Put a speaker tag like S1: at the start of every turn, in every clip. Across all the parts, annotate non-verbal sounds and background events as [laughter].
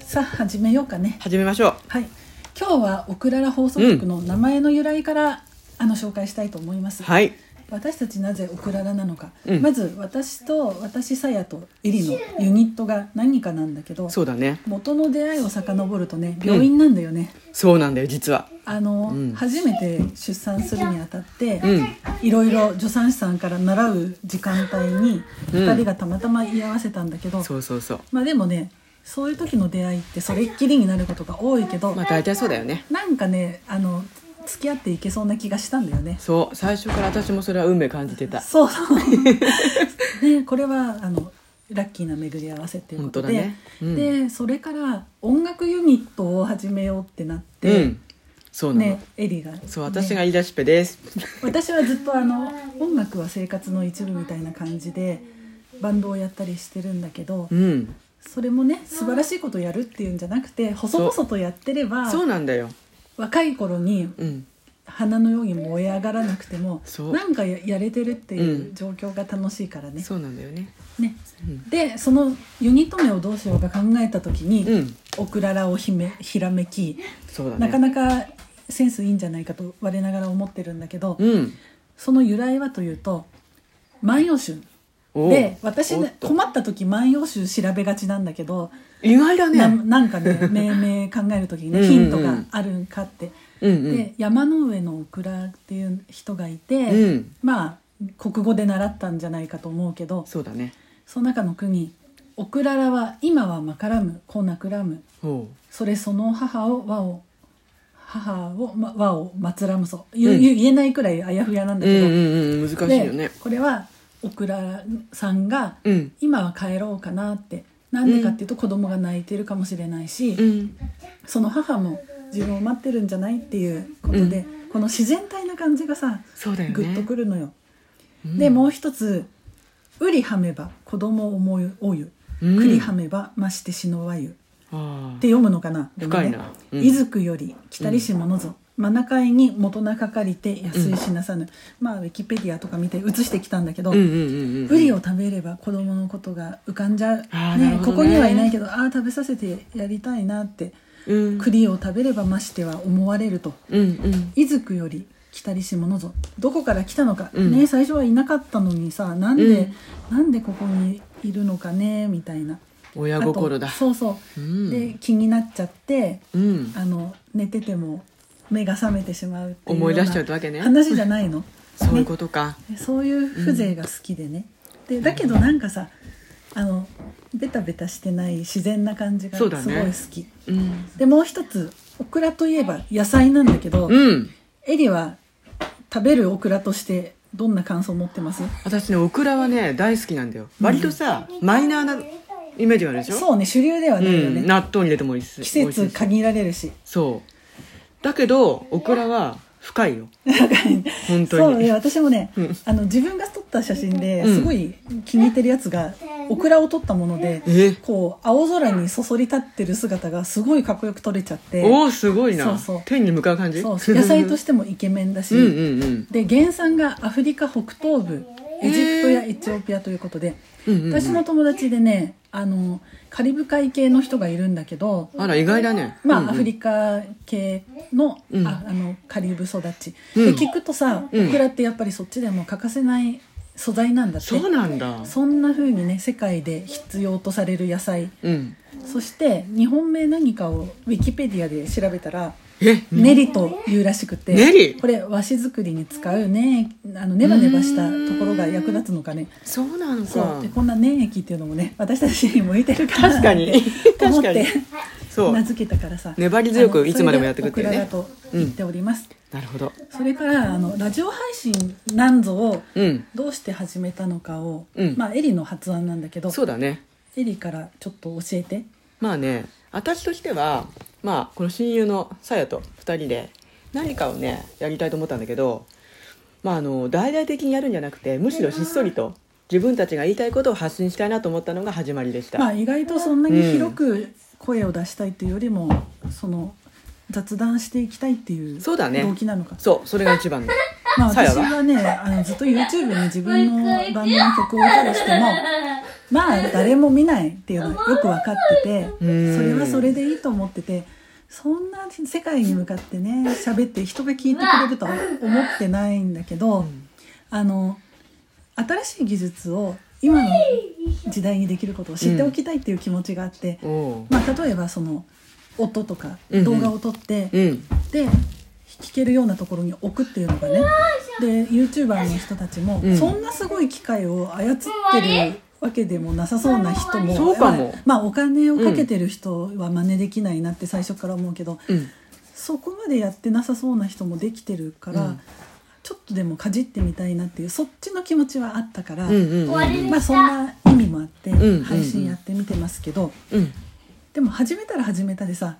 S1: さあ始めようかね
S2: 始めましょう
S1: はい今日はオクララ放送局の名前の由来から、あの紹介したいと思います、
S2: はい
S1: 私たちなぜオクララなのか、
S2: うん
S1: まず私と私さやとエリのユニットが何かなんだけど
S2: そうだね
S1: 元の出会いを遡るとね病院なんだよね、
S2: そうなんだよ実は
S1: あの、
S2: うん
S1: 初めて出産するにあたって、
S2: うん
S1: いろいろ助産師さんから習う時間帯に
S2: うん
S1: 2人がたまたま居合わせたんだけど、
S2: そうそうそう
S1: まあでもねそういう時の出会いってそれっきりになることが多いけど、
S2: まあ大体そうだよね
S1: なんかねあの付き合っていけそうな気がしたんだよね。
S2: そう最初から私もそれは運命感じてた [laughs]
S1: そうそうねこれはあのラッキーな巡り合わせっていうことで、
S2: 本当だねうん
S1: でそれから音楽ユニットを始めようってなっ
S2: う
S1: て、
S2: んそうなの、
S1: ねエリが、
S2: そう
S1: ね
S2: 私が言い出しっぺです、
S1: 私はずっとあの音楽は生活の一部みたいな感じでバンドをやったりしてるんだけど、
S2: うん
S1: それもね素晴らしいことやるっていうんじゃなくて細々とやってれば
S2: そうなんだよ
S1: 若い頃に
S2: うん
S1: 花のように燃え上がらなくても
S2: そう
S1: なんかややれてるっていううん状況が楽しいからね。
S2: そうなんだよね
S1: ね
S2: うん
S1: でそのユニット名をどうしようか考えた時に、
S2: うん
S1: オクララをひめひらめき、
S2: そうだね
S1: なかなかセンスいいんじゃないかと我ながら思ってるんだけど、
S2: うん
S1: その由来はというと「万葉集」
S2: おう
S1: で私
S2: お
S1: ね
S2: っと
S1: 困った時「万葉集」調べがちなんだけど、
S2: 意外だ
S1: な
S2: ね
S1: なんかね命名考える時に
S2: う
S1: ね
S2: んうん
S1: ヒントがあるんかって。
S2: うんう
S1: で
S2: ん
S1: 山の上のオクラっていう人がいて、
S2: うん
S1: まあ国語で習ったんじゃないかと思うけど
S2: そうだね
S1: その中の句に「オクララは今はまからむこなくらむ
S2: おう
S1: それその母を和を母を、ま、和をまつらむそ」ゆ
S2: うん
S1: ゆ言えないくらいあやふやなんだ
S2: うん
S1: け
S2: う
S1: ど、
S2: んうん難しいよね
S1: でこれはオクラさんが
S2: うん
S1: 「今は帰ろうかな」ってなんでかっていうと子供が泣いてるかもしれないし、
S2: うん
S1: その母も自分を待ってるんじゃないっていうことで、この自然体な感じがさ
S2: そうだよね
S1: グッとくるのよ。
S2: うん
S1: でもう一つ「うりはめば子供を思いおゆ」
S2: うん
S1: くりはめばましてしのわゆ」
S2: あ
S1: っ
S2: あ
S1: て読むのかな
S2: 深いな
S1: でもね
S2: うん
S1: いずくより来たりしものぞ」真中井に元なかかりて安いしなさぬ、まあウィキペディアとか見て写してきたんだけど、
S2: うんうんうんうん
S1: ウリを食べれば子供のことが浮かんじゃう、
S2: あーなるほど
S1: こ
S2: ね
S1: こにはいないけどああ食べさせてやりたいなって
S2: うん
S1: 栗を食べればましては思われると
S2: うんうん
S1: 「いずくより来たりし者ぞ」どこから来たのか、
S2: うん
S1: ね最初はいなかったのにさなんで、
S2: う
S1: なんでここにいるのかねみたいな
S2: 親
S1: あと
S2: 心だ
S1: そうそうう、
S2: ん
S1: で気になっちゃって
S2: うん
S1: あの寝てても目が覚めてしまうっていう
S2: 思い出しちゃうって
S1: よ
S2: わけ
S1: う
S2: ね
S1: な話じゃないの
S2: [laughs] そういう
S1: ね
S2: ことか
S1: そういう風情が好きでね、でだけどなんかさあのベタベタしてない自然な感じがす
S2: そ
S1: ご
S2: う
S1: い好
S2: だね
S1: き、
S2: うん
S1: でもう一つオクラといえば野菜なんだけど、
S2: うん
S1: エリは食べるオクラとしてどんな感想を持ってます
S2: 私ねオクラはね大好きなんだよ割とさマイナーなイメージがあるでしょ
S1: そうね主流では
S2: う
S1: ないよね、
S2: ん納豆に入れてもいい
S1: 季
S2: し美味しい
S1: 節
S2: し
S1: 限られるし
S2: そうだけどオクラは深いよ本当に
S1: そうね私もね、
S2: うん
S1: あの自分が撮った写真で
S2: うん
S1: すごい気に入ってるやつが、オクラを撮ったもので
S2: え
S1: こう青空にそそり立ってる姿がすごいかっこよく撮れちゃって
S2: おおすごいな
S1: そうそう
S2: 天に向かう感じ
S1: そう野菜としてもイケメンだし、
S2: うんうんうん
S1: で原産がアフリカ北東部エジプトやエチオピアということで、
S2: うんうんうん
S1: 私の友達でねあのカリブ海系の人がいるんだけど
S2: あら意外だね
S1: まあ、
S2: うんうん
S1: アフリカ系の,、
S2: うん
S1: ああのカリブ育ち、
S2: うん
S1: で聞くとさ、
S2: うん
S1: オクラってやっぱりそっちでも欠かせない素材なんだって
S2: そうなんだ
S1: そんな風にね世界で必要とされる野菜
S2: うん
S1: そして日本名何かをウィキペディアで調べたら
S2: え
S1: 練りというらしくて
S2: 練り
S1: これ和紙作りに使うねあのネバネバしたところが役立つのかね
S2: そうなの
S1: そ
S2: か
S1: うでこんな粘液っていうのもね私たちに向いてるから
S2: 確かに
S1: [laughs] 思っ
S2: 確かに
S1: て
S2: そう
S1: 名付けたからさ
S2: 粘り強く
S1: あの
S2: いつまでもやってくっていうね
S1: それでオクラだと言っております、
S2: なるほど
S1: それからあのラジオ配信なんぞを
S2: うん
S1: どうして始めたのかを、
S2: うん
S1: まあエリの発案なんだけど
S2: そうだね
S1: エリからちょっと教えて
S2: まあね私としてはまあこの親友のさやと2人で何かをねやりたいと思ったんだけどまああの大々的にやるんじゃなくてむしろしっそりと自分たちが言いたいことを発信したいなと思ったのが始まりでした、
S1: まあ意外とそんなに広く声を出したいっていうよりも、その雑談していきたいっていう
S2: そうだね
S1: 動機なのか
S2: そうそれが一番の [laughs]
S1: まあ
S2: さや
S1: 私
S2: は
S1: はねあのずっと YouTube に自分のバンドの曲を置いたりしてもまあ誰も見ないっていうのはよく分かってて
S2: うん
S1: それはそれでいいと思っててそんな世界に向かってね喋って人が聞いてくれるとは思ってないんだけど、あの新しい技術を今の時代にできることを知っておきたいっていう気持ちがあって、
S2: おう
S1: まあ、例えばその音とか
S2: うんうん
S1: 動画を撮って、
S2: うん
S1: で聞けるようなところに置くっていうのがねで YouTuber の人たちも、
S2: うん
S1: そんなすごい機械を操ってるわけでもなさそうな人も
S2: そうかも
S1: まあ、お金をかけてる人は真似できないなって最初から思うけど、
S2: うん
S1: そこまでやってなさそうな人もできてるから、
S2: うん
S1: ちょっとでもかじってみたいなっていうそっちの気持ちはあったから、
S2: うんう
S3: 終
S2: ん
S3: わり
S1: まあ、そんな意味もあって
S2: んうんうん
S1: 配信やってみてますけど、
S2: うん
S1: でも始めたら始めたでさ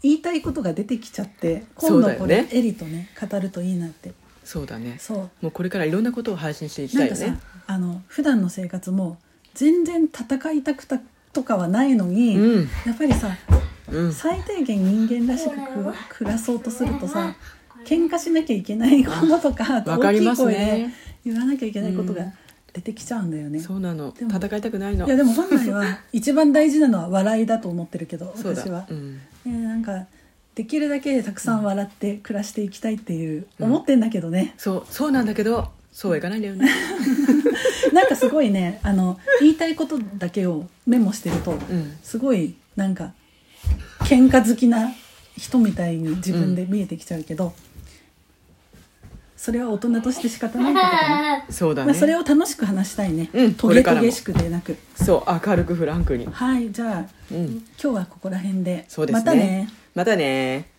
S1: 言いたいことが出てきちゃって
S2: そう
S1: 今
S2: だ
S1: 度
S2: よ
S1: こ
S2: ね
S1: れエリとね語るといいなって
S2: そうだね
S1: そう
S2: もうこれからいろんなことを配信していき
S1: な
S2: た
S1: ん
S2: い
S1: か
S2: よ
S1: さ、
S2: ね
S1: あの普段の生活も全然戦いたくたとかはないのに、
S2: うん
S1: やっぱりさ
S2: うん
S1: 最低限人間らしくく暮らそうとするとさ喧嘩しなきゃいけないこととか
S2: わか
S1: 大
S2: り
S1: き
S2: ま
S1: い
S2: す
S1: 声
S2: ね
S1: で言わなきゃいけないこと
S2: うん
S1: が出てきちゃうんだよね。
S2: そうなの
S1: でも
S2: 戦いたくないの
S1: いやでも本来は一番大事なのは笑いだと思ってるけど
S2: そうだ
S1: 私は
S2: う、ん
S1: ねなんかできるだけたくさん笑って暮らしていきたいっていう思ってんだけど
S2: [laughs]
S1: ね、
S2: そうそうなんだけどそうはいかないんだよね
S1: なんかすごいねあの言いたいことだけをメモしてると、
S2: うん
S1: すごいなんか喧嘩好きな人みたいに自分で見えてきちゃうけど、それは大人として仕方ないことだね、
S2: [laughs] そうだ
S1: まあ、
S2: ね
S1: それを楽しく話したいね、
S2: うん
S1: ト
S2: これ
S1: ゲ
S2: か
S1: ト
S2: らも
S1: ゲしくでなく
S2: そう明るくフランクに
S1: はいじゃあ、
S2: うん
S1: 今日はここら辺で
S2: そうです
S1: ま
S2: ね
S1: たね
S2: またね